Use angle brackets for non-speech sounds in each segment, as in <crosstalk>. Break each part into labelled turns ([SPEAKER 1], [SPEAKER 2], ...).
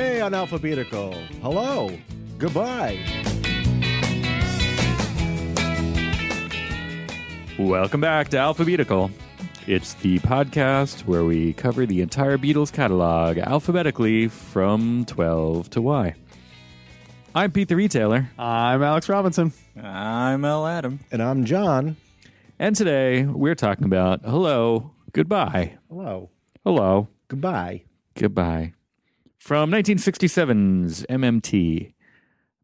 [SPEAKER 1] unalphabetical. Hello. Goodbye.
[SPEAKER 2] Welcome back to Alphabetical. It's the podcast where we cover the entire Beatles catalog alphabetically from 12 to Y. I'm Pete the Retailer,
[SPEAKER 3] I'm Alex Robinson.
[SPEAKER 4] I'm L. Adam.
[SPEAKER 1] And I'm John.
[SPEAKER 2] and today we're talking about Hello, Goodbye,
[SPEAKER 1] Hello.
[SPEAKER 2] Hello,
[SPEAKER 1] Goodbye.
[SPEAKER 2] Goodbye from 1967's MMT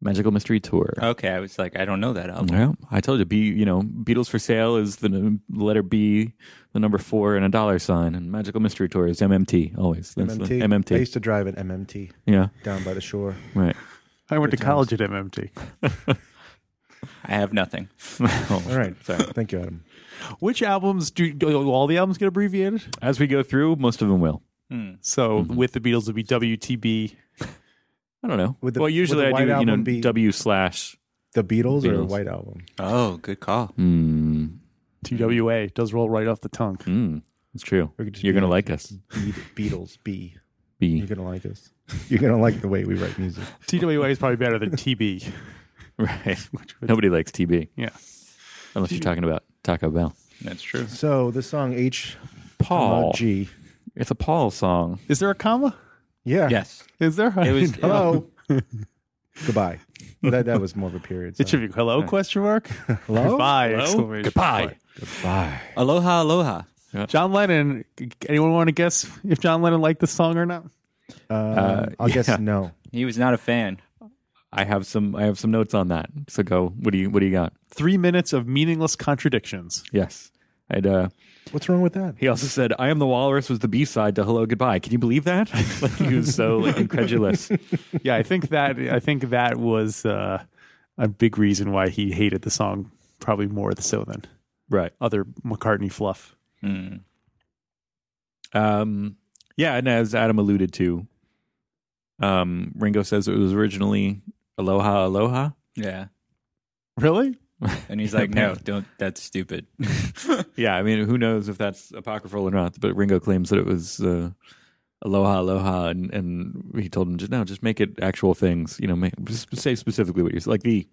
[SPEAKER 2] Magical Mystery Tour.
[SPEAKER 4] Okay, I was like, I don't know that album.
[SPEAKER 2] Well, I told you, B. You know, Beatles for sale is the n- letter B, the number four, and a dollar sign, and Magical Mystery Tour is MMT always. That's
[SPEAKER 1] MMT.
[SPEAKER 2] the
[SPEAKER 1] I
[SPEAKER 2] MMT.
[SPEAKER 1] used to drive an MMT
[SPEAKER 2] Yeah,
[SPEAKER 1] down by the shore.
[SPEAKER 2] <laughs> right.
[SPEAKER 3] I went to college at MMT.
[SPEAKER 4] I have nothing.
[SPEAKER 2] Oh,
[SPEAKER 1] All right. Thank you, Adam.
[SPEAKER 3] Which albums do, do all the albums get abbreviated?
[SPEAKER 2] As we go through, most of them will.
[SPEAKER 4] Hmm.
[SPEAKER 3] So with the Beatles would be WTB.
[SPEAKER 2] I don't know.
[SPEAKER 1] Would the-
[SPEAKER 2] well,
[SPEAKER 1] would
[SPEAKER 2] usually
[SPEAKER 1] the
[SPEAKER 2] I
[SPEAKER 1] White
[SPEAKER 2] do. You know,
[SPEAKER 1] Album be-
[SPEAKER 2] W slash.
[SPEAKER 1] The Beatles, or the
[SPEAKER 2] Beatles.
[SPEAKER 1] White Album?
[SPEAKER 4] Oh, good call.
[SPEAKER 2] Mm,
[SPEAKER 3] TWA does roll right off the tongue.
[SPEAKER 2] mm, it's true.
[SPEAKER 1] We could just
[SPEAKER 2] You're
[SPEAKER 1] be
[SPEAKER 2] gonna
[SPEAKER 1] like-
[SPEAKER 2] like us.
[SPEAKER 1] Beat- Beatles, B. You're
[SPEAKER 2] <laughs> B.
[SPEAKER 1] going to like us. You're going to like the way we write music.
[SPEAKER 3] TWA is probably better than TB.
[SPEAKER 1] <laughs>
[SPEAKER 2] Right.
[SPEAKER 3] would-
[SPEAKER 2] Nobody likes TB
[SPEAKER 3] Yeah.
[SPEAKER 2] unless you're talking about Taco Bell.
[SPEAKER 4] That's true.
[SPEAKER 1] So the song H.
[SPEAKER 2] Paul.
[SPEAKER 1] uh, G.
[SPEAKER 2] It's a Paul song.
[SPEAKER 3] Is there a comma?
[SPEAKER 1] Yeah.
[SPEAKER 4] Yes.
[SPEAKER 3] Is there?
[SPEAKER 2] <laughs>
[SPEAKER 4] It was
[SPEAKER 1] Hello. <laughs> Goodbye. That, that was more of a period.
[SPEAKER 3] <laughs> It
[SPEAKER 1] sign.
[SPEAKER 3] should be hello question mark.
[SPEAKER 1] Hello?
[SPEAKER 3] <laughs> Goodbye
[SPEAKER 2] Hello?
[SPEAKER 3] exclamation
[SPEAKER 2] Goodbye.
[SPEAKER 3] point.
[SPEAKER 2] Goodbye.
[SPEAKER 4] Aloha, aloha.
[SPEAKER 3] John Lennon. Anyone want to guess if John Lennon liked this song or not?
[SPEAKER 1] Uh, I'll
[SPEAKER 2] yeah.
[SPEAKER 1] guess no.
[SPEAKER 4] He was not a fan.
[SPEAKER 2] I have some. I have some notes on that. So go. What do you? What do you got?
[SPEAKER 3] Three minutes of meaningless contradictions.
[SPEAKER 2] Yes. And uh,
[SPEAKER 1] What's wrong with that?
[SPEAKER 2] he also said, "I Am the Walrus" was the B side to "Hello Goodbye." Can you believe that? <laughs> like he was so
[SPEAKER 1] <laughs>
[SPEAKER 2] like, incredulous.
[SPEAKER 3] Yeah, I think that I think that was uh, a big reason why he hated the song probably more so than
[SPEAKER 2] Right.
[SPEAKER 3] other McCartney fluff.
[SPEAKER 4] Hmm.
[SPEAKER 2] Um. Yeah, and as Adam alluded to, um, Ringo says it was originally "Aloha Aloha."
[SPEAKER 4] Yeah.
[SPEAKER 3] Really?
[SPEAKER 4] And <laughs> he's like, no, don't. That's stupid.
[SPEAKER 2] <laughs>
[SPEAKER 4] <laughs>
[SPEAKER 2] Yeah, I mean, who knows if that's apocryphal or not? But Ringo claims that it was uh, "Aloha Aloha," and, and he told him, "Just no, just make it actual things. You know, make, just say specifically what you're like the."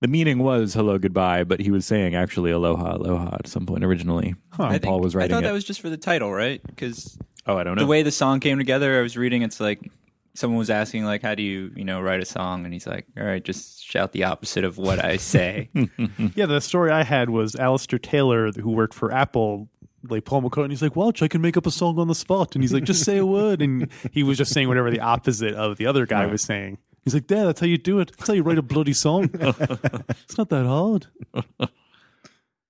[SPEAKER 2] The meaning was hello goodbye, but he was saying actually aloha aloha at some point originally.
[SPEAKER 3] Huh.
[SPEAKER 2] And
[SPEAKER 3] I
[SPEAKER 4] think-
[SPEAKER 2] Paul was
[SPEAKER 4] I
[SPEAKER 2] writing
[SPEAKER 4] thought
[SPEAKER 2] it.
[SPEAKER 4] that was just for the title, right? Because
[SPEAKER 2] oh, I don't know.
[SPEAKER 4] the way the song came together, I was reading. It's like someone was asking, like, how do you, you know, write a song? And he's like, all right, just shout the opposite of what
[SPEAKER 2] <laughs>
[SPEAKER 4] I say.
[SPEAKER 3] <laughs> Yeah, the story I had was Alistair Taylor, who worked for Apple, like Paul McCartney. He's like, "Welch, I can make up a song on the spot," and he's like, "Just say a word," and he was just saying whatever the opposite of the other guy was saying. He's like, "Yeah, that's how you do it. That's how you write a bloody song. it's not that hard."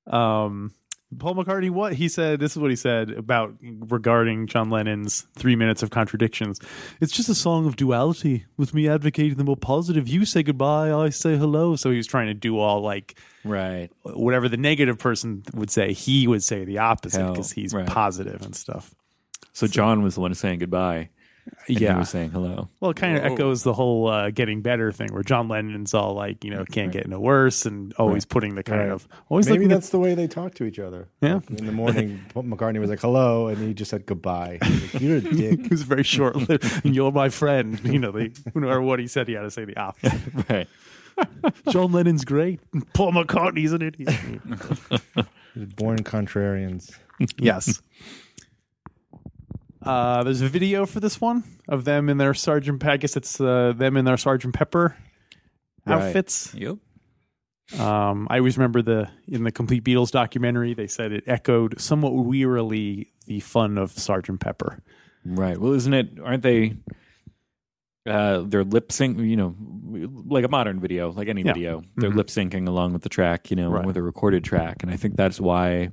[SPEAKER 3] Um, Paul McCartney, what he said, this is what he said about regarding John Lennon's Three Minutes of Contradictions. It's just a song of duality, with me advocating the more positive. You say goodbye, I say hello. So he was trying to do all like
[SPEAKER 2] right.
[SPEAKER 3] whatever the negative person would say, he would say the opposite
[SPEAKER 2] Hell,
[SPEAKER 3] because he's
[SPEAKER 2] right.
[SPEAKER 3] positive and stuff.
[SPEAKER 2] So John was the one saying goodbye. and he
[SPEAKER 3] Yeah.
[SPEAKER 2] was saying hello.
[SPEAKER 3] Well, it kind of echoes the whole uh, getting better thing where John Lennon's all like, you know, can't get no worse and always putting the kind
[SPEAKER 1] Right.
[SPEAKER 3] of, always
[SPEAKER 1] Maybe
[SPEAKER 3] looking at <laughs>
[SPEAKER 1] that's the way they talk to each other.
[SPEAKER 3] Yeah.
[SPEAKER 1] Like, in the
[SPEAKER 3] <laughs>
[SPEAKER 1] morning, McCartney was like, hello, and he just said goodbye. Like, You're a dick.
[SPEAKER 3] it was very short lived. and you're my friend. <laughs> You know, they, no matter what he said, he had to say the opposite.
[SPEAKER 2] <laughs> Right.
[SPEAKER 3] John Lennon's great. <laughs> Paul McCartney's an idiot.
[SPEAKER 1] Born contrarians.
[SPEAKER 3] yes. Uh, there's a video for this one of them in their Sergeant. Pe- I guess it's uh, them in their Sergeant Pepper
[SPEAKER 2] Right.
[SPEAKER 3] outfits.
[SPEAKER 4] yep.
[SPEAKER 3] Um, I always remember the in the Complete Beatles documentary. They said it echoed somewhat wearily the fun of Sergeant Pepper.
[SPEAKER 2] Right. Well, isn't it? Aren't they? Uh, they're lip sync. You know, like a modern video, like any
[SPEAKER 3] Yeah.
[SPEAKER 2] video, they're lip syncing along with the track. You know, with a recorded track, and I think that's why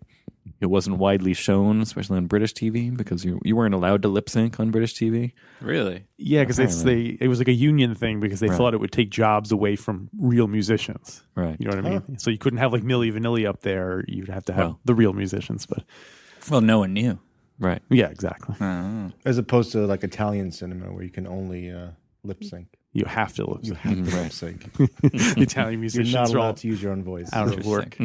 [SPEAKER 2] it wasn't widely shown, especially on British TV, because you you weren't allowed to lip sync on British TV.
[SPEAKER 4] Really?
[SPEAKER 3] Yeah, because they it was like a union thing because they thought it would take jobs away from real musicians.
[SPEAKER 2] Right.
[SPEAKER 3] You know what I mean? So you couldn't have like Millie Vanilli up there. You'd have to have
[SPEAKER 2] Well.
[SPEAKER 3] the real musicians. But
[SPEAKER 4] Well, no one knew.
[SPEAKER 2] Right.
[SPEAKER 3] yeah, exactly.
[SPEAKER 4] Oh.
[SPEAKER 1] As opposed to like Italian cinema where you can only uh, lip sync.
[SPEAKER 3] <laughs> You have to lip
[SPEAKER 1] You
[SPEAKER 3] <laughs> sync.
[SPEAKER 1] have to lip sync.
[SPEAKER 3] Italian
[SPEAKER 1] You're not
[SPEAKER 3] musicians are all
[SPEAKER 1] allowed to use your own voice.
[SPEAKER 4] <laughs>
[SPEAKER 3] out of work.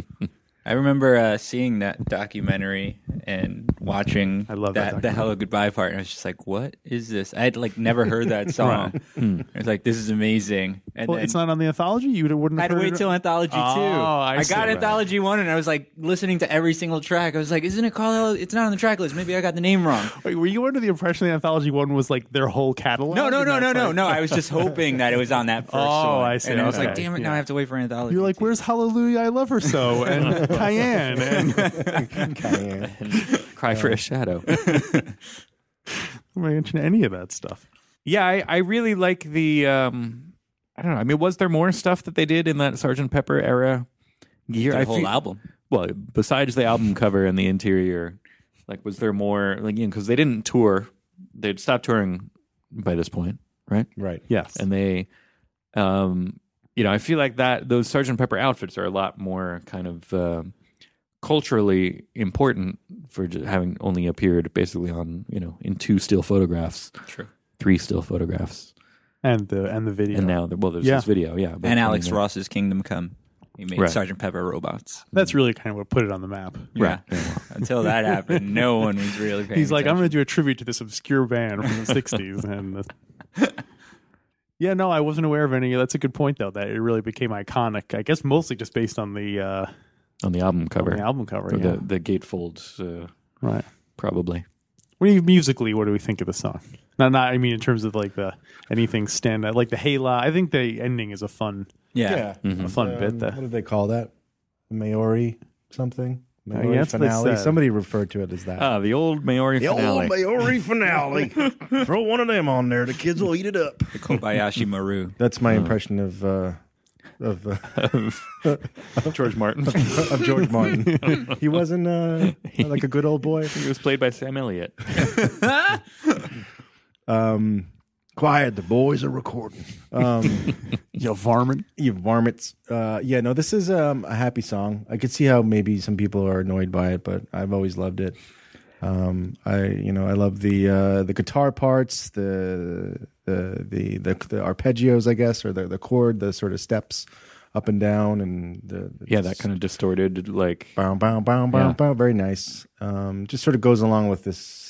[SPEAKER 4] I remember uh, seeing that documentary and watching
[SPEAKER 3] I love that
[SPEAKER 4] that the hello goodbye part, and I was just like, "What is this?" I had like never heard <laughs> that song. Hmm. I was like, "This is amazing." And
[SPEAKER 3] Well,
[SPEAKER 4] then
[SPEAKER 3] it's not on the anthology. You would've- wouldn't
[SPEAKER 4] I
[SPEAKER 3] have
[SPEAKER 4] had to
[SPEAKER 3] heard
[SPEAKER 4] wait
[SPEAKER 3] it-
[SPEAKER 4] till Anthology Two.
[SPEAKER 3] Oh, I
[SPEAKER 4] I,
[SPEAKER 3] see.
[SPEAKER 4] got
[SPEAKER 3] Right.
[SPEAKER 4] Anthology One, and I was like listening to every single track. I was like, "Isn't it called? It's not on the track list. Maybe I got the name wrong."
[SPEAKER 3] Wait, were you under the impression the anthology one was like their whole catalog?
[SPEAKER 4] <laughs> No, no,
[SPEAKER 3] And
[SPEAKER 4] no,
[SPEAKER 3] that's
[SPEAKER 4] no, no,
[SPEAKER 3] like-
[SPEAKER 4] no. I was just hoping that it was on that <laughs> first
[SPEAKER 3] Oh,
[SPEAKER 4] one.
[SPEAKER 3] I see.
[SPEAKER 4] And I was like,
[SPEAKER 3] Okay.
[SPEAKER 4] "Damn it! Now
[SPEAKER 3] Yeah.
[SPEAKER 4] I have to wait for Anthology."
[SPEAKER 3] You're like, where's Hallelujah? I love
[SPEAKER 2] <laughs>
[SPEAKER 3] her so, and Cayenne, and
[SPEAKER 1] Cayenne.
[SPEAKER 2] Cry for a shadow.
[SPEAKER 3] I'm not into any of that stuff.
[SPEAKER 2] <laughs> yeah, I, I really like the. Um, I don't know. I mean, was there more stuff that they did in that Sergeant Pepper era year?
[SPEAKER 4] the
[SPEAKER 2] I
[SPEAKER 4] whole
[SPEAKER 2] feel-
[SPEAKER 4] album.
[SPEAKER 2] well, besides the album cover and the interior, like, was there more? Like, you know, because they didn't tour, they'd stopped touring by this point, right?
[SPEAKER 1] Right.
[SPEAKER 3] Yes,
[SPEAKER 2] And they, um, you know, I feel like that those Sergeant Pepper outfits are a lot more kind of um culturally important for just having only appeared basically on you know in two still photographs,
[SPEAKER 4] True.
[SPEAKER 2] three still photographs,
[SPEAKER 3] and the and the video.
[SPEAKER 2] and now well, there's
[SPEAKER 3] Yeah.
[SPEAKER 2] this video, yeah, but-
[SPEAKER 4] And Alex
[SPEAKER 2] yeah.
[SPEAKER 4] Ross's Kingdom Come. He made
[SPEAKER 2] Right.
[SPEAKER 4] Sergeant Pepper robots.
[SPEAKER 3] that's really kind of what put it on the map.
[SPEAKER 4] Yeah. Until that happened, no one was really. Paying
[SPEAKER 3] He's like, I'm
[SPEAKER 4] attention.
[SPEAKER 3] going to do a tribute to this obscure band from the
[SPEAKER 2] <laughs>
[SPEAKER 3] '60s, and this. yeah, no, I wasn't aware of any. That's a good point, though. That it really became iconic. I guess mostly just based on the uh,
[SPEAKER 2] on the album cover,
[SPEAKER 3] the album cover.
[SPEAKER 2] Or the
[SPEAKER 3] yeah.
[SPEAKER 2] the gatefold, uh,
[SPEAKER 3] right.
[SPEAKER 2] probably.
[SPEAKER 3] What do you musically? What do we think of the song? Not, not. I mean, in terms of like the anything stand out, like the Hela. I think the ending is a fun,
[SPEAKER 4] yeah.
[SPEAKER 3] a Mm-hmm. fun bit.
[SPEAKER 1] uh, What
[SPEAKER 3] The,
[SPEAKER 1] did they call that? Maori something? Maori
[SPEAKER 3] that's what they
[SPEAKER 1] finale?
[SPEAKER 3] said. Uh,
[SPEAKER 1] Somebody referred to it as that.
[SPEAKER 2] Ah, the old Maori
[SPEAKER 1] the old
[SPEAKER 2] finale.
[SPEAKER 1] Maori
[SPEAKER 3] <laughs>
[SPEAKER 1] finale. Throw one of them on there. The kids will eat it up.
[SPEAKER 4] The Kobayashi Maru.
[SPEAKER 1] That's
[SPEAKER 2] Hmm.
[SPEAKER 1] my impression of uh, of uh,
[SPEAKER 2] <laughs> George Martin.
[SPEAKER 1] of
[SPEAKER 2] <laughs>
[SPEAKER 1] George Martin. he wasn't uh, like a good old boy.
[SPEAKER 2] he was played by Sam Elliott.
[SPEAKER 1] Um, quiet, the boys are recording.
[SPEAKER 2] <laughs>
[SPEAKER 1] Um,
[SPEAKER 3] you varmint.
[SPEAKER 1] you varmints. Uh, yeah, no, this is um, a happy song. I could see how maybe some people are annoyed by it, but I've always loved it. Um, I you know I love the uh, the guitar parts, the the the the, the arpeggios, I guess, or the the chord, the sort of steps up and down, and the
[SPEAKER 2] Yeah, that kind of distorted, like
[SPEAKER 1] bow bow bow bow
[SPEAKER 2] Yeah.
[SPEAKER 1] bow. Very nice. Um, just sort of goes along with this.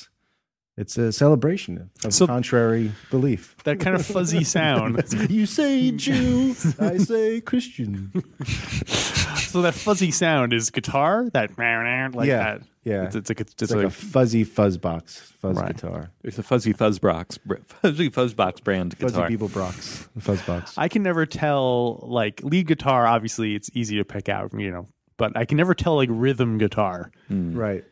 [SPEAKER 1] It's a celebration of
[SPEAKER 3] So-
[SPEAKER 1] contrary belief.
[SPEAKER 3] That kind
[SPEAKER 2] <laughs>
[SPEAKER 3] of fuzzy sound.
[SPEAKER 1] You say <laughs> Jew, I say Christian.
[SPEAKER 3] so that fuzzy sound is guitar. That like
[SPEAKER 1] Yeah,
[SPEAKER 3] that.
[SPEAKER 1] yeah.
[SPEAKER 3] It's, it's, like- it's,
[SPEAKER 1] It's like a fuzzy fuzz box, fuzz
[SPEAKER 3] Right.
[SPEAKER 1] guitar,
[SPEAKER 2] it's a fuzzy fuzzbox, br- fuzzy fuzzbox brand
[SPEAKER 1] fuzzy
[SPEAKER 2] guitar.
[SPEAKER 1] people brox, fuzz box.
[SPEAKER 3] I can never tell like lead guitar. Obviously, it's easy to pick out. You know, but I can never tell like rhythm guitar.
[SPEAKER 2] Hmm.
[SPEAKER 1] right.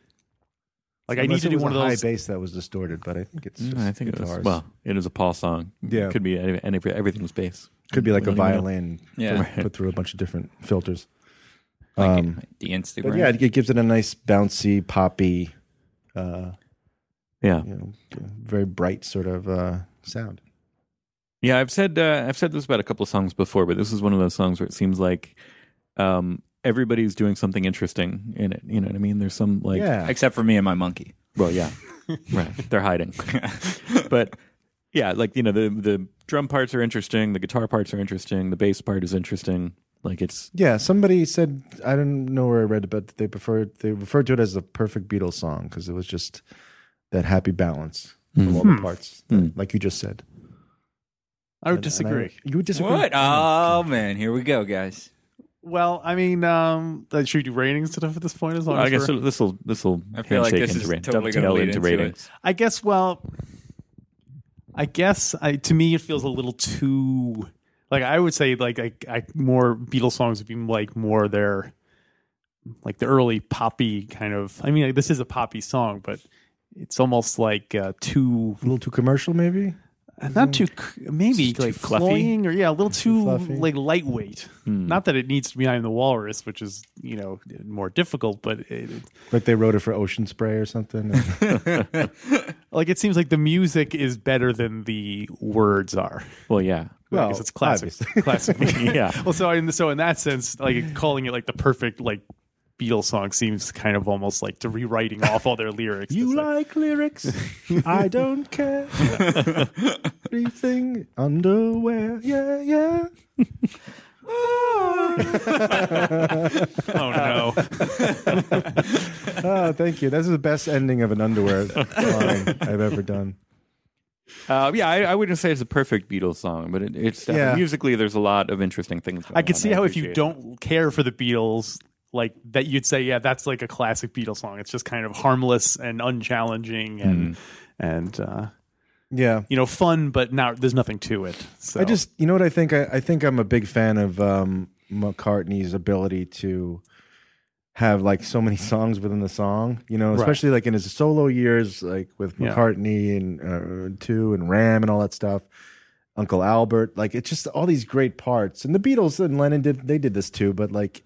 [SPEAKER 3] Like I need
[SPEAKER 1] Unless
[SPEAKER 3] to
[SPEAKER 1] it
[SPEAKER 3] do
[SPEAKER 1] was
[SPEAKER 3] one
[SPEAKER 1] a
[SPEAKER 3] of those.
[SPEAKER 1] high bass that was distorted, but I think it's just
[SPEAKER 2] Mm, I think it
[SPEAKER 1] guitars.
[SPEAKER 2] was, well, it is a Paul song.
[SPEAKER 1] Yeah.
[SPEAKER 2] could be any, any everything was bass.
[SPEAKER 1] could be like a
[SPEAKER 2] I don't even know.
[SPEAKER 1] violin,
[SPEAKER 4] Yeah.
[SPEAKER 1] put through a bunch of different filters.
[SPEAKER 4] Like
[SPEAKER 1] Um,
[SPEAKER 4] the
[SPEAKER 1] But
[SPEAKER 4] Instagram.
[SPEAKER 1] yeah, it, it gives it a nice bouncy, poppy, uh,
[SPEAKER 2] Yeah,
[SPEAKER 1] you know, very bright sort of uh, sound.
[SPEAKER 2] yeah. I've said uh, I've said this about a couple of songs before, but this is one of those songs where it seems like um, everybody's doing something interesting in it. You know what I mean? There's some like
[SPEAKER 1] yeah,
[SPEAKER 4] Except for me and my monkey.
[SPEAKER 2] Well,
[SPEAKER 3] <laughs>
[SPEAKER 2] yeah, right. They're hiding, <laughs> but yeah, like you know, the the drum parts are interesting, the guitar parts are interesting, the bass part is interesting. Like it's
[SPEAKER 1] yeah. Somebody said I don't know where I read it, but they preferred they referred to it as the perfect Beatles song because it was just that happy balance
[SPEAKER 3] Hmm.
[SPEAKER 1] of all the parts,
[SPEAKER 2] hmm.
[SPEAKER 1] like you just said.
[SPEAKER 3] I would
[SPEAKER 1] And- and I-
[SPEAKER 3] disagree. Um,
[SPEAKER 1] you would disagree.
[SPEAKER 4] What? Oh man, here we go, guys.
[SPEAKER 3] Well, I mean, um, that should we do ratings and stuff at this point? As long
[SPEAKER 2] I
[SPEAKER 3] as
[SPEAKER 2] guess
[SPEAKER 3] we're-
[SPEAKER 2] this will this will
[SPEAKER 4] I feel like this is totally going to lead into,
[SPEAKER 2] ratings.
[SPEAKER 3] I guess. Well, I guess I, to me it feels a little too like I would say like I, I more Beatles songs would be like more their like the early poppy kind of. I mean, like, this is a poppy song, but it's almost like uh, too
[SPEAKER 1] A little too commercial, maybe.
[SPEAKER 3] Uh, not too c- maybe
[SPEAKER 2] Just too
[SPEAKER 3] like
[SPEAKER 2] fluffy?
[SPEAKER 3] cloying or yeah a little too
[SPEAKER 1] fluffy.
[SPEAKER 3] like lightweight. Not that it needs to be I'm the Walrus, which is you know more difficult, but it, it-
[SPEAKER 1] Like they wrote it for Ocean Spray or something.
[SPEAKER 3] <laughs> like it seems like the music is better than the words are.
[SPEAKER 2] Well,
[SPEAKER 4] <laughs>
[SPEAKER 2] yeah,
[SPEAKER 1] Well,
[SPEAKER 3] because it's classic,
[SPEAKER 1] obviously. <laughs>
[SPEAKER 3] classic.
[SPEAKER 2] yeah.
[SPEAKER 3] Well, so in so in that sense, like calling it like the perfect like Beatles song seems kind of almost like to rewriting off all
[SPEAKER 1] <laughs>
[SPEAKER 3] their lyrics. It's like,
[SPEAKER 1] lyrics? <laughs> I don't
[SPEAKER 3] <laughs>
[SPEAKER 1] care. Everything underwear. Yeah, yeah.
[SPEAKER 3] <laughs>
[SPEAKER 1] <laughs> <laughs>
[SPEAKER 3] Ah. oh no,
[SPEAKER 1] oh, thank you. That's the best ending of an underwear line I've ever done.
[SPEAKER 2] Uh, yeah, I, I wouldn't say it's a perfect Beatles song, but it, it's definitely-
[SPEAKER 1] Yeah.
[SPEAKER 2] musically there's a lot of interesting things.
[SPEAKER 3] I could see how if you
[SPEAKER 2] don't.
[SPEAKER 3] don't care for the Beatles, like that you'd say, yeah, that's like a classic Beatles song. It's just kind of harmless and unchallenging and
[SPEAKER 1] Mm-hmm.
[SPEAKER 3] and uh,
[SPEAKER 1] Yeah.
[SPEAKER 3] you know fun, but not there's nothing to it. So
[SPEAKER 1] I just, you know what I think? I, I think I'm a big fan of um, McCartney's ability to have like so many <laughs> songs within the song, you know,
[SPEAKER 3] Right.
[SPEAKER 1] especially like in his solo years, like with
[SPEAKER 3] Yeah.
[SPEAKER 1] McCartney and uh, Two and Ram and all that stuff. Uncle Albert, like it's just all these great parts, and the Beatles and Lennon did they did this too, but like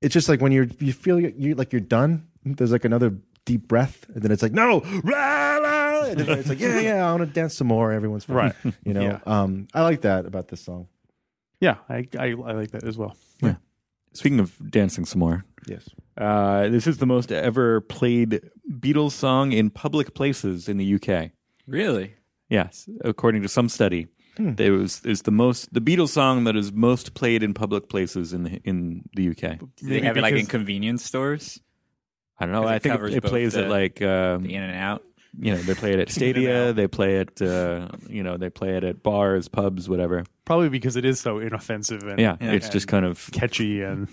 [SPEAKER 1] it's just like when you're you feel you you- like you're done. There's like another deep breath, and then it's like no, rah, rah, and then it's like yeah, yeah, I want to dance some more. Everyone's fine. <laughs>
[SPEAKER 3] Right.
[SPEAKER 1] You know,
[SPEAKER 3] Yeah.
[SPEAKER 1] um, I like that about this song.
[SPEAKER 3] yeah, I, I I like that as well.
[SPEAKER 2] Speaking of dancing some more,
[SPEAKER 1] Yes,
[SPEAKER 2] uh, this is the most ever played Beatles song in public places in the UK.
[SPEAKER 4] Really?
[SPEAKER 2] Yes, according to some study, it was is the most the Beatles song that is most played in public places in the in the UK.
[SPEAKER 4] Do they
[SPEAKER 3] Maybe
[SPEAKER 4] have it like in
[SPEAKER 3] because-
[SPEAKER 4] convenience stores?
[SPEAKER 2] I don't know.
[SPEAKER 4] 'Cause it
[SPEAKER 2] I think
[SPEAKER 4] covers
[SPEAKER 2] it, it
[SPEAKER 4] both
[SPEAKER 2] plays
[SPEAKER 4] the-
[SPEAKER 2] at like um,
[SPEAKER 4] The In and Out.
[SPEAKER 2] you know they play it at stadia, they play it uh, you know they play it at bars, pubs, whatever.
[SPEAKER 3] Probably because it is so inoffensive and
[SPEAKER 2] Yeah,
[SPEAKER 4] Yeah.
[SPEAKER 2] it's just kind of
[SPEAKER 3] catchy and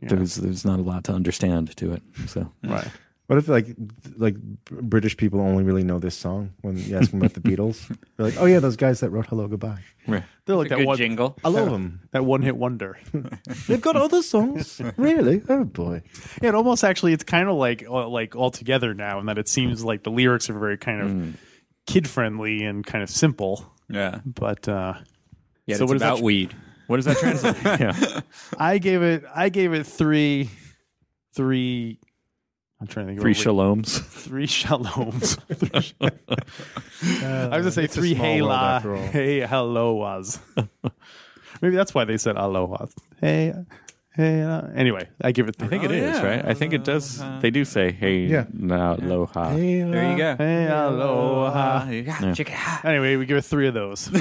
[SPEAKER 3] yeah,
[SPEAKER 2] there's there's not a lot to understand to it. So
[SPEAKER 3] right.
[SPEAKER 1] What if like like British people only really know this song when you ask them about the
[SPEAKER 3] <laughs>
[SPEAKER 1] Beatles? They're like, oh yeah, those guys that wrote "Hello Goodbye."
[SPEAKER 3] They're like
[SPEAKER 4] Like a
[SPEAKER 3] that
[SPEAKER 4] good
[SPEAKER 3] one
[SPEAKER 4] jingle.
[SPEAKER 1] I love them.
[SPEAKER 3] that one hit wonder.
[SPEAKER 1] They've got other
[SPEAKER 3] <laughs>
[SPEAKER 1] songs, really. Oh boy,
[SPEAKER 3] Yeah, it almost actually it's kind of like uh, like all together now, in that it seems like the lyrics are very kind of
[SPEAKER 2] Mm. Hmm.
[SPEAKER 3] kid friendly and kind of simple.
[SPEAKER 4] Yeah.
[SPEAKER 3] But uh,
[SPEAKER 4] Yeah,
[SPEAKER 3] So
[SPEAKER 4] it's
[SPEAKER 3] what is
[SPEAKER 4] about
[SPEAKER 3] that-
[SPEAKER 4] weed.
[SPEAKER 2] what does that translate? <laughs>
[SPEAKER 4] <laughs>
[SPEAKER 2] yeah,
[SPEAKER 3] I gave it I gave it three three. I'm trying to think. of
[SPEAKER 2] three
[SPEAKER 3] what we-
[SPEAKER 2] shaloms.
[SPEAKER 3] three shaloms. Three sh- I was gonna say
[SPEAKER 1] it's a
[SPEAKER 3] three
[SPEAKER 1] small
[SPEAKER 3] hey
[SPEAKER 1] world
[SPEAKER 3] la
[SPEAKER 1] after all.
[SPEAKER 3] <laughs> hey aloas. Maybe that's why they said aloas. Hey hey. la- Anyway, I give it three.
[SPEAKER 2] I think it
[SPEAKER 4] Oh,
[SPEAKER 2] is
[SPEAKER 4] yeah. Uh-huh.
[SPEAKER 2] right? I think it does. They do say, hey,
[SPEAKER 1] Yeah.
[SPEAKER 2] nah, aloha.
[SPEAKER 4] There you go.
[SPEAKER 3] Hey <laughs> aloha.
[SPEAKER 4] Yeah, check it out.
[SPEAKER 3] Anyway, we give it three of those. <laughs>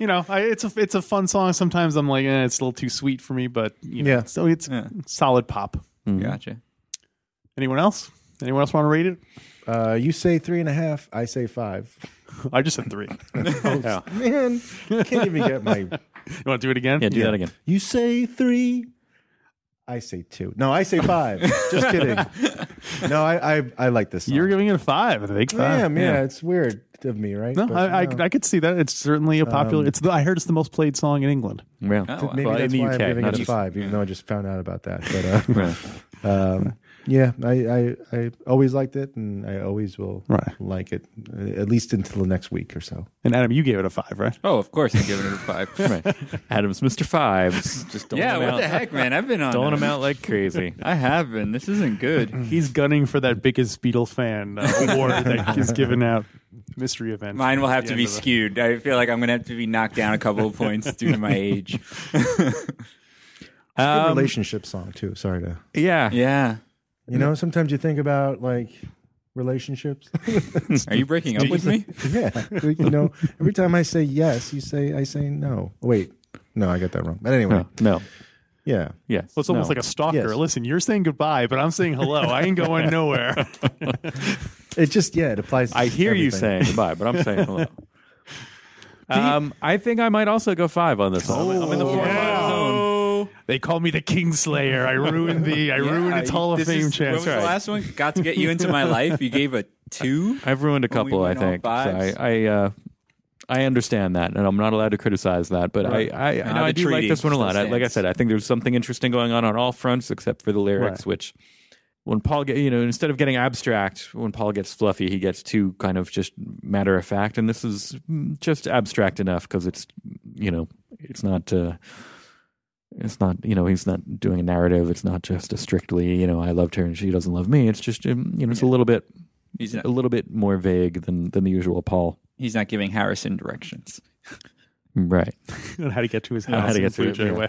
[SPEAKER 3] you know, I, it's a it's a fun song. Sometimes I'm like, eh, it's a little too sweet for me, but you know,
[SPEAKER 1] Yeah.
[SPEAKER 3] so it's
[SPEAKER 4] Yeah.
[SPEAKER 3] solid pop.
[SPEAKER 4] Gotcha.
[SPEAKER 3] Anyone else? Anyone else want to rate it?
[SPEAKER 1] Uh, you say three and a half, I say five.
[SPEAKER 3] <laughs>
[SPEAKER 1] Oh,
[SPEAKER 3] I just
[SPEAKER 1] <laughs>
[SPEAKER 3] said three. you
[SPEAKER 1] Man, can't even get
[SPEAKER 3] <laughs>
[SPEAKER 1] my.
[SPEAKER 3] want to do it again?
[SPEAKER 2] Yeah, do that again.
[SPEAKER 1] You say three, I say two. No, I say
[SPEAKER 3] <laughs>
[SPEAKER 1] five. Just kidding. No, I I, I like this. Song.
[SPEAKER 3] You're giving it a five. I think
[SPEAKER 1] I
[SPEAKER 3] five.
[SPEAKER 1] am. Yeah, it's weird of me, right?
[SPEAKER 3] No,
[SPEAKER 1] But,
[SPEAKER 3] I,
[SPEAKER 1] no. Um,
[SPEAKER 3] I, I could see that. It's certainly a popular. it's the, I heard it's the most played song in England.
[SPEAKER 2] Yeah.
[SPEAKER 4] Oh,
[SPEAKER 1] Maybe
[SPEAKER 2] Well, in
[SPEAKER 1] that's
[SPEAKER 2] the
[SPEAKER 1] why
[SPEAKER 2] UK,
[SPEAKER 1] I'm giving
[SPEAKER 2] not
[SPEAKER 1] it
[SPEAKER 2] in-
[SPEAKER 1] a five, even though I just found out about that. But uh,
[SPEAKER 2] Right.
[SPEAKER 1] um, yeah, I, I I always liked it, and I always will
[SPEAKER 3] Right.
[SPEAKER 1] like it, uh, at least until the next week or so.
[SPEAKER 3] And Adam, you gave it a five, right?
[SPEAKER 4] Oh, of course, I'm giving it a
[SPEAKER 3] <laughs>
[SPEAKER 4] five.
[SPEAKER 2] right. Adam's Mr. Fives. Just don't
[SPEAKER 4] yeah,
[SPEAKER 2] him
[SPEAKER 4] what
[SPEAKER 2] out.
[SPEAKER 4] the heck, man? I've been on.
[SPEAKER 2] Doling him
[SPEAKER 4] this.
[SPEAKER 2] out like
[SPEAKER 3] <laughs>
[SPEAKER 2] crazy.
[SPEAKER 4] I have been. This isn't good.
[SPEAKER 3] He's gunning for that biggest Beatle fan uh,
[SPEAKER 1] <laughs>
[SPEAKER 3] award that is given out. Mystery event.
[SPEAKER 4] Mine will have to
[SPEAKER 3] Yeah,
[SPEAKER 4] be
[SPEAKER 3] but-
[SPEAKER 4] skewed. I feel like I'm gonna have to be knocked down a couple of points due to my
[SPEAKER 3] <laughs>
[SPEAKER 4] age.
[SPEAKER 1] Good
[SPEAKER 2] Um,
[SPEAKER 1] relationship song too. Sorry to
[SPEAKER 2] yeah.
[SPEAKER 4] Yeah.
[SPEAKER 1] you know. Sometimes you think about like relationships. <laughs>
[SPEAKER 4] Are you breaking up with me?
[SPEAKER 1] yeah, like, you know. Every time I say yes, you say I say no. Wait, no, I got that wrong. But anyway,
[SPEAKER 2] No. No.
[SPEAKER 1] yeah.
[SPEAKER 2] Yes.
[SPEAKER 3] Well, it's almost
[SPEAKER 2] no.
[SPEAKER 3] like a stalker.
[SPEAKER 1] Yes.
[SPEAKER 3] Listen, you're saying goodbye, but I'm saying hello. I
[SPEAKER 4] <laughs>
[SPEAKER 3] ain't going nowhere.
[SPEAKER 1] It just yeah, it applies. to
[SPEAKER 2] I hear you
[SPEAKER 1] everything.
[SPEAKER 2] saying goodbye, but I'm saying
[SPEAKER 3] <laughs>
[SPEAKER 2] hello. Um, I think I might also go five on this one.
[SPEAKER 4] Oh,
[SPEAKER 2] I'm in- I'm in the four or five zone.
[SPEAKER 3] they call me the Kingslayer. I ruined the. I ruined its
[SPEAKER 4] I-
[SPEAKER 3] Hall of
[SPEAKER 4] this
[SPEAKER 3] Fame
[SPEAKER 4] is- When
[SPEAKER 3] chance.
[SPEAKER 4] was the last one? Got to get you into my life. You gave a two.
[SPEAKER 2] I've ruined a
[SPEAKER 4] When we
[SPEAKER 2] couple, I
[SPEAKER 4] went on
[SPEAKER 2] think. So I
[SPEAKER 4] fives.
[SPEAKER 2] I, uh, I understand that, and I'm not allowed to criticize that. But
[SPEAKER 3] Right.
[SPEAKER 2] I I, I,
[SPEAKER 4] Nah,
[SPEAKER 2] know I
[SPEAKER 4] the
[SPEAKER 2] do like
[SPEAKER 4] treaty
[SPEAKER 2] this one a
[SPEAKER 4] still
[SPEAKER 2] lot. I, like I
[SPEAKER 4] stands.
[SPEAKER 2] said, I think there's something interesting going on on all fronts, except for the lyrics,
[SPEAKER 3] Right.
[SPEAKER 2] which when Paul get you know instead of getting abstract, when Paul gets fluffy, he gets too kind of just matter of fact, and this is mm, just abstract enough because it's you know it's not. Uh, it's not you know he's not doing a narrative it's not just a strictly you know i loved her and she doesn't love me it's just um, you know it's a little bit
[SPEAKER 4] He's not.
[SPEAKER 2] a little bit more vague than than the usual Paul.
[SPEAKER 4] He's not giving Harrison directions.
[SPEAKER 2] Right.
[SPEAKER 3] on how to get to his
[SPEAKER 2] how
[SPEAKER 3] house.
[SPEAKER 2] to
[SPEAKER 3] in
[SPEAKER 2] get to
[SPEAKER 3] Blue
[SPEAKER 2] it,
[SPEAKER 3] Jay
[SPEAKER 2] yeah.
[SPEAKER 3] Way.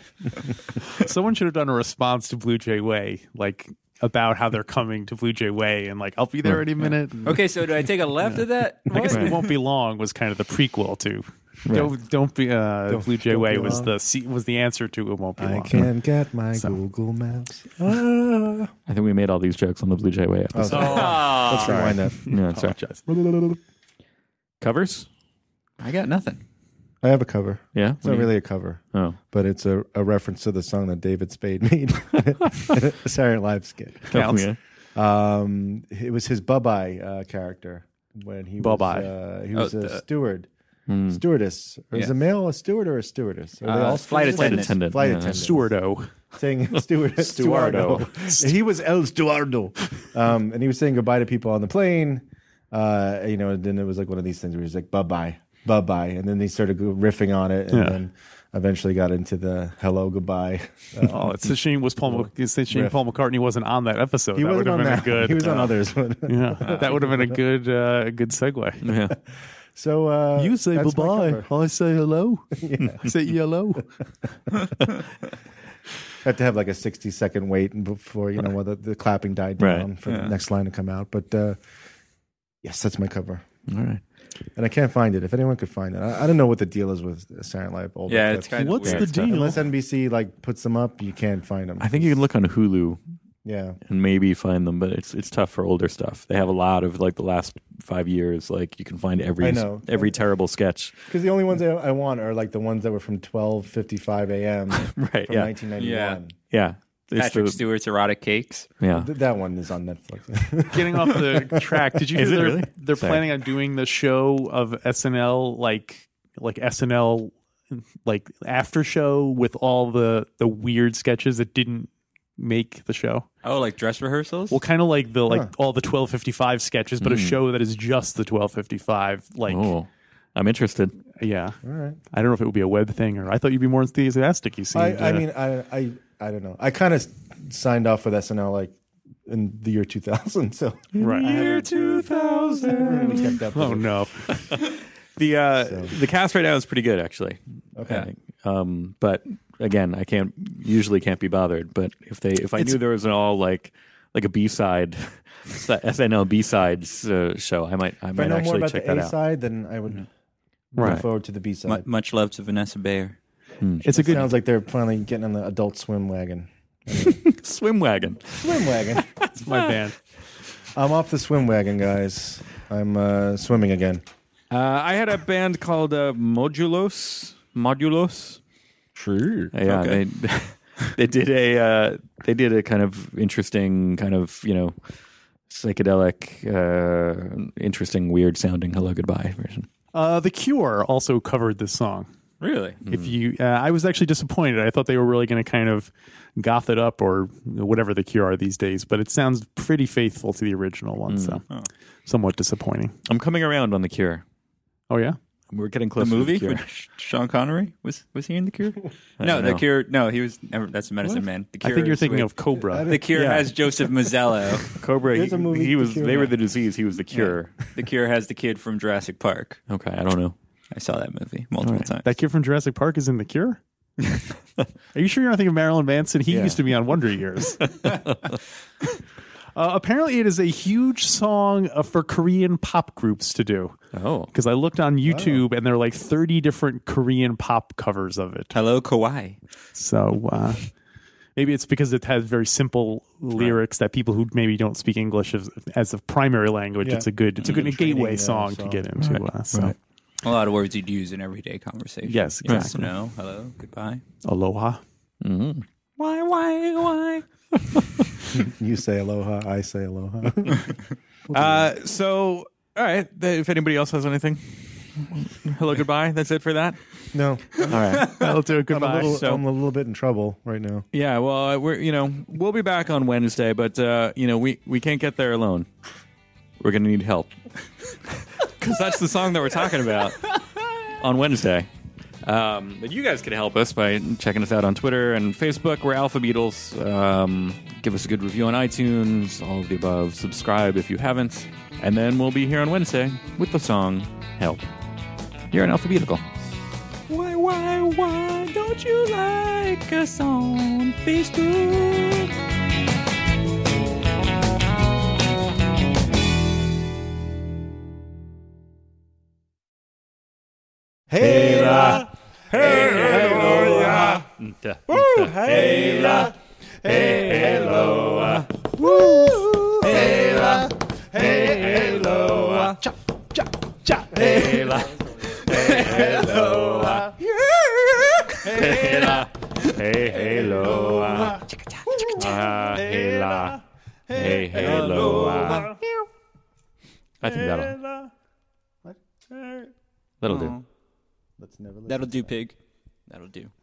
[SPEAKER 3] <laughs> Someone should have done a response to Blue Jay Way, like about how they're coming to Blue Jay Way, and like I'll be there any minute. and-
[SPEAKER 4] Okay, so do I take a left of that?
[SPEAKER 3] <laughs> I guess
[SPEAKER 4] What?
[SPEAKER 3] it won't be long was kind of the prequel to. Don't don't be uh, Blue Jay
[SPEAKER 1] Don't
[SPEAKER 3] Way
[SPEAKER 1] Be
[SPEAKER 3] was
[SPEAKER 1] Long.
[SPEAKER 3] the se- was the answer to it won't be
[SPEAKER 1] I
[SPEAKER 3] long.
[SPEAKER 1] can get my Google Maps. Ah.
[SPEAKER 2] think we made all these jokes on the Blue Jay Way episode.
[SPEAKER 4] Oh.
[SPEAKER 1] Let's rewind that.
[SPEAKER 2] yeah, sorry. <laughs> Covers?
[SPEAKER 4] I got nothing.
[SPEAKER 1] I have a cover.
[SPEAKER 2] Yeah.
[SPEAKER 1] It's not really a cover,
[SPEAKER 2] Oh,
[SPEAKER 1] but it's a, a reference to the song that David Spade <laughs> made in a Saturday Night Live skit.
[SPEAKER 3] Counts.
[SPEAKER 2] yeah.
[SPEAKER 1] Um, it was his Bubby uh, character when he
[SPEAKER 3] Bubby.
[SPEAKER 1] was uh, he was
[SPEAKER 4] Oh,
[SPEAKER 1] a
[SPEAKER 4] the-
[SPEAKER 1] steward,
[SPEAKER 2] Hmm.
[SPEAKER 1] stewardess. Or Is
[SPEAKER 4] Yeah.
[SPEAKER 1] a male a steward or a stewardess? Are they
[SPEAKER 4] Uh,
[SPEAKER 1] all
[SPEAKER 4] flight
[SPEAKER 1] stewards?
[SPEAKER 4] attendant.
[SPEAKER 2] Attendant,
[SPEAKER 1] Flight
[SPEAKER 2] yeah.
[SPEAKER 1] attendant.
[SPEAKER 3] Stewardo.
[SPEAKER 1] saying <laughs> steward,
[SPEAKER 2] Stewardo.
[SPEAKER 1] Stewardo. he was El Stewardo. Um, and he was saying goodbye to people on the plane. Uh, you know, and then it was like one of these things where he's like, bye bye, bye bye. And then they started go- riffing on it. And
[SPEAKER 3] Yeah.
[SPEAKER 1] then eventually got into the hello,
[SPEAKER 3] <laughs>
[SPEAKER 1] goodbye. Uh,
[SPEAKER 3] Oh, it's a shame was Paul. Mc- It's a shame
[SPEAKER 1] Riff.
[SPEAKER 3] Paul McCartney wasn't on that
[SPEAKER 1] <laughs>
[SPEAKER 3] episode.
[SPEAKER 1] he
[SPEAKER 3] that would
[SPEAKER 1] wasn't
[SPEAKER 3] have
[SPEAKER 1] on
[SPEAKER 3] been
[SPEAKER 1] that.
[SPEAKER 3] a good.
[SPEAKER 1] he was on
[SPEAKER 3] uh,
[SPEAKER 1] others.
[SPEAKER 3] <laughs> Yeah, that would have been a good, uh, a good
[SPEAKER 2] <laughs>
[SPEAKER 3] segue.
[SPEAKER 2] Yeah.
[SPEAKER 1] <laughs> <laughs> so uh,
[SPEAKER 3] You say
[SPEAKER 1] that's my
[SPEAKER 3] bye
[SPEAKER 1] cover.
[SPEAKER 3] bye. I say hello. I say <laughs> hello.
[SPEAKER 1] have to have like a 60 second wait before you know whether the clapping died
[SPEAKER 2] Right.
[SPEAKER 1] down for the next line to come out but uh yes that's my cover
[SPEAKER 2] All right.
[SPEAKER 1] and i can't find it if anyone could find it i, I don't know what the deal is with Saturday Night Live older
[SPEAKER 4] Yeah,
[SPEAKER 1] clips.
[SPEAKER 4] it's kind of
[SPEAKER 3] What's
[SPEAKER 4] weird.
[SPEAKER 3] the
[SPEAKER 2] stuff.
[SPEAKER 3] deal?
[SPEAKER 1] unless nbc like puts them up you can't find them
[SPEAKER 2] I think you can look on Hulu
[SPEAKER 1] yeah
[SPEAKER 2] and maybe find them, but it's it's tough for older stuff. They have a lot of like the last five years. Like you can find every
[SPEAKER 1] I know.
[SPEAKER 2] every terrible sketch.
[SPEAKER 1] because the only ones I, I want are like the ones that were from 12:55 a.m. from
[SPEAKER 2] <laughs> Right. yeah.
[SPEAKER 1] 1991
[SPEAKER 2] yeah. It's
[SPEAKER 4] Patrick
[SPEAKER 2] the-
[SPEAKER 4] Stewart's erotic cakes.
[SPEAKER 2] yeah.
[SPEAKER 1] Th- that one is on
[SPEAKER 2] <laughs>
[SPEAKER 1] netflix
[SPEAKER 3] Getting off the <laughs> track. Did you hear
[SPEAKER 2] Is it
[SPEAKER 3] they're,
[SPEAKER 2] really?
[SPEAKER 3] they're
[SPEAKER 2] Sorry.
[SPEAKER 3] planning on doing the show of SNL like like SNL like after show with all the the weird sketches that didn't make the show.
[SPEAKER 4] Oh, like dress rehearsals?
[SPEAKER 3] Well, kind of like the like all the 1255 sketches, but a show that is just the 1255 like
[SPEAKER 2] Oh, I'm interested.
[SPEAKER 3] yeah.
[SPEAKER 1] all right
[SPEAKER 3] I don't know if it would be a web thing or I thought you'd be more enthusiastic. You see, uh,
[SPEAKER 1] I, I mean, I, I, I don't know. I kind of signed off with SNL like in the year 2000, so
[SPEAKER 2] Mm.
[SPEAKER 3] right? I haven't-
[SPEAKER 2] 2000.
[SPEAKER 1] really kept up. with
[SPEAKER 3] oh
[SPEAKER 1] it.
[SPEAKER 3] no,
[SPEAKER 2] The uh,
[SPEAKER 1] So-
[SPEAKER 2] the cast right now is pretty good actually.
[SPEAKER 1] Okay.
[SPEAKER 2] Um, but again, I can't usually can't be bothered. But if they if I knew there was an all like like a B <laughs> side SNL B sides uh, show, I might I
[SPEAKER 1] If I
[SPEAKER 2] might
[SPEAKER 1] know more
[SPEAKER 2] actually
[SPEAKER 1] about
[SPEAKER 2] check
[SPEAKER 1] the
[SPEAKER 2] that
[SPEAKER 1] A
[SPEAKER 2] out.
[SPEAKER 1] side, then I would
[SPEAKER 3] Right.
[SPEAKER 1] move forward to the B
[SPEAKER 4] Mu-
[SPEAKER 1] side.
[SPEAKER 4] much love to Vanessa Bayer.
[SPEAKER 3] it's a good.
[SPEAKER 1] Sounds like they're finally getting on the adult swim wagon.
[SPEAKER 2] Swim wagon.
[SPEAKER 1] Swim wagon.
[SPEAKER 3] It's my band.
[SPEAKER 1] <laughs> I'm off the swim wagon, guys. I'm uh, swimming again.
[SPEAKER 2] Uh, I had a band called uh, Modulos. Modulos.
[SPEAKER 1] True.
[SPEAKER 2] Yeah,
[SPEAKER 4] Okay.
[SPEAKER 2] they <laughs> they did a uh, they did a kind of interesting kind of you know psychedelic, uh, interesting, weird sounding "Hello Goodbye" version.
[SPEAKER 3] Uh, the Cure also covered this song.
[SPEAKER 4] Really?
[SPEAKER 3] If you, uh, I was actually disappointed. I thought they were really going to kind of goth it up or whatever the Cure are these days, but it sounds pretty faithful to the original one. So, somewhat disappointing.
[SPEAKER 2] I'm coming around on the Cure.
[SPEAKER 3] Oh yeah,
[SPEAKER 2] We're getting close.
[SPEAKER 4] The
[SPEAKER 2] <laughs> to
[SPEAKER 4] movie
[SPEAKER 2] the
[SPEAKER 4] with
[SPEAKER 2] Cure.
[SPEAKER 4] Sh- Sean Connery was was he in the
[SPEAKER 3] <laughs>
[SPEAKER 4] Cure? No,
[SPEAKER 2] don't
[SPEAKER 4] the
[SPEAKER 2] know.
[SPEAKER 4] Cure. No, he was. Never, that's the Medicine Man. The Cure.
[SPEAKER 3] I think you're
[SPEAKER 4] is
[SPEAKER 3] thinking
[SPEAKER 4] with-
[SPEAKER 3] of Cobra.
[SPEAKER 4] the Cure
[SPEAKER 2] yeah.
[SPEAKER 4] has Joseph Mazzello.
[SPEAKER 3] <laughs>
[SPEAKER 2] Cobra.
[SPEAKER 1] There's
[SPEAKER 2] He,
[SPEAKER 1] a movie,
[SPEAKER 2] he
[SPEAKER 1] The
[SPEAKER 2] was.
[SPEAKER 1] Cure.
[SPEAKER 2] They were the disease. He was the Cure.
[SPEAKER 4] the Cure has the kid from Jurassic Park.
[SPEAKER 2] <laughs> Okay, I don't know.
[SPEAKER 4] I saw that movie multiple times.
[SPEAKER 3] That kid from Jurassic Park is in The Cure? Are you sure you're not thinking of Marilyn Manson? He
[SPEAKER 2] Yeah.
[SPEAKER 3] used to be on Wonder Years. uh, apparently, it is a huge song uh, for Korean pop groups to do.
[SPEAKER 2] Oh,
[SPEAKER 3] Because I looked on YouTube and there are like 30 different Korean pop covers of it.
[SPEAKER 4] Hello, Kawaii.
[SPEAKER 3] So uh, maybe it's because it has very simple lyrics that people who maybe don't speak English as, as a primary language,
[SPEAKER 1] Yeah.
[SPEAKER 3] it's a good, it's a good gateway
[SPEAKER 1] uh,
[SPEAKER 3] song, to
[SPEAKER 1] song.
[SPEAKER 3] get into. Uh, so.
[SPEAKER 4] A lot of words you'd use in everyday conversation.
[SPEAKER 3] Yes,
[SPEAKER 4] Yes,
[SPEAKER 3] exactly.
[SPEAKER 4] no, hello, goodbye.
[SPEAKER 3] Aloha.
[SPEAKER 4] Why, why, why?
[SPEAKER 1] You say aloha, I say aloha. <laughs>
[SPEAKER 2] Uh, so all right. th- If anybody else has anything, hello, goodbye. That's it for that.
[SPEAKER 1] no,
[SPEAKER 2] All right.
[SPEAKER 3] That'll do it.
[SPEAKER 1] I'm a
[SPEAKER 3] Goodbye.
[SPEAKER 1] little,
[SPEAKER 2] so-
[SPEAKER 1] I'm a little bit in trouble right now.
[SPEAKER 2] Yeah. Well, uh, we're you know we'll be back on Wednesday, but uh, you know we we can't get there alone. We're gonna need help because that's the song that we're talking about on Wednesday. Um, but you guys can help us by checking us out on Twitter and Facebook. We're Alpha Beatles. Um, give us a good review on iTunes, all of the above. Subscribe if you haven't. And then we'll be here on Wednesday with the song Help. You're an alphabetical. Why, why, why don't you like us on Facebook?
[SPEAKER 1] Hey, la,
[SPEAKER 2] Woo!
[SPEAKER 1] hey, la, hey, hello. Woo!
[SPEAKER 2] Hey, la. Hey, hello. ah. Hey, la. Hey, hello. ah. Ah, hey, la. Hey, hello. ah. I think that'll that'll do.
[SPEAKER 1] Let's never.
[SPEAKER 4] That'll do, pig. That'll do.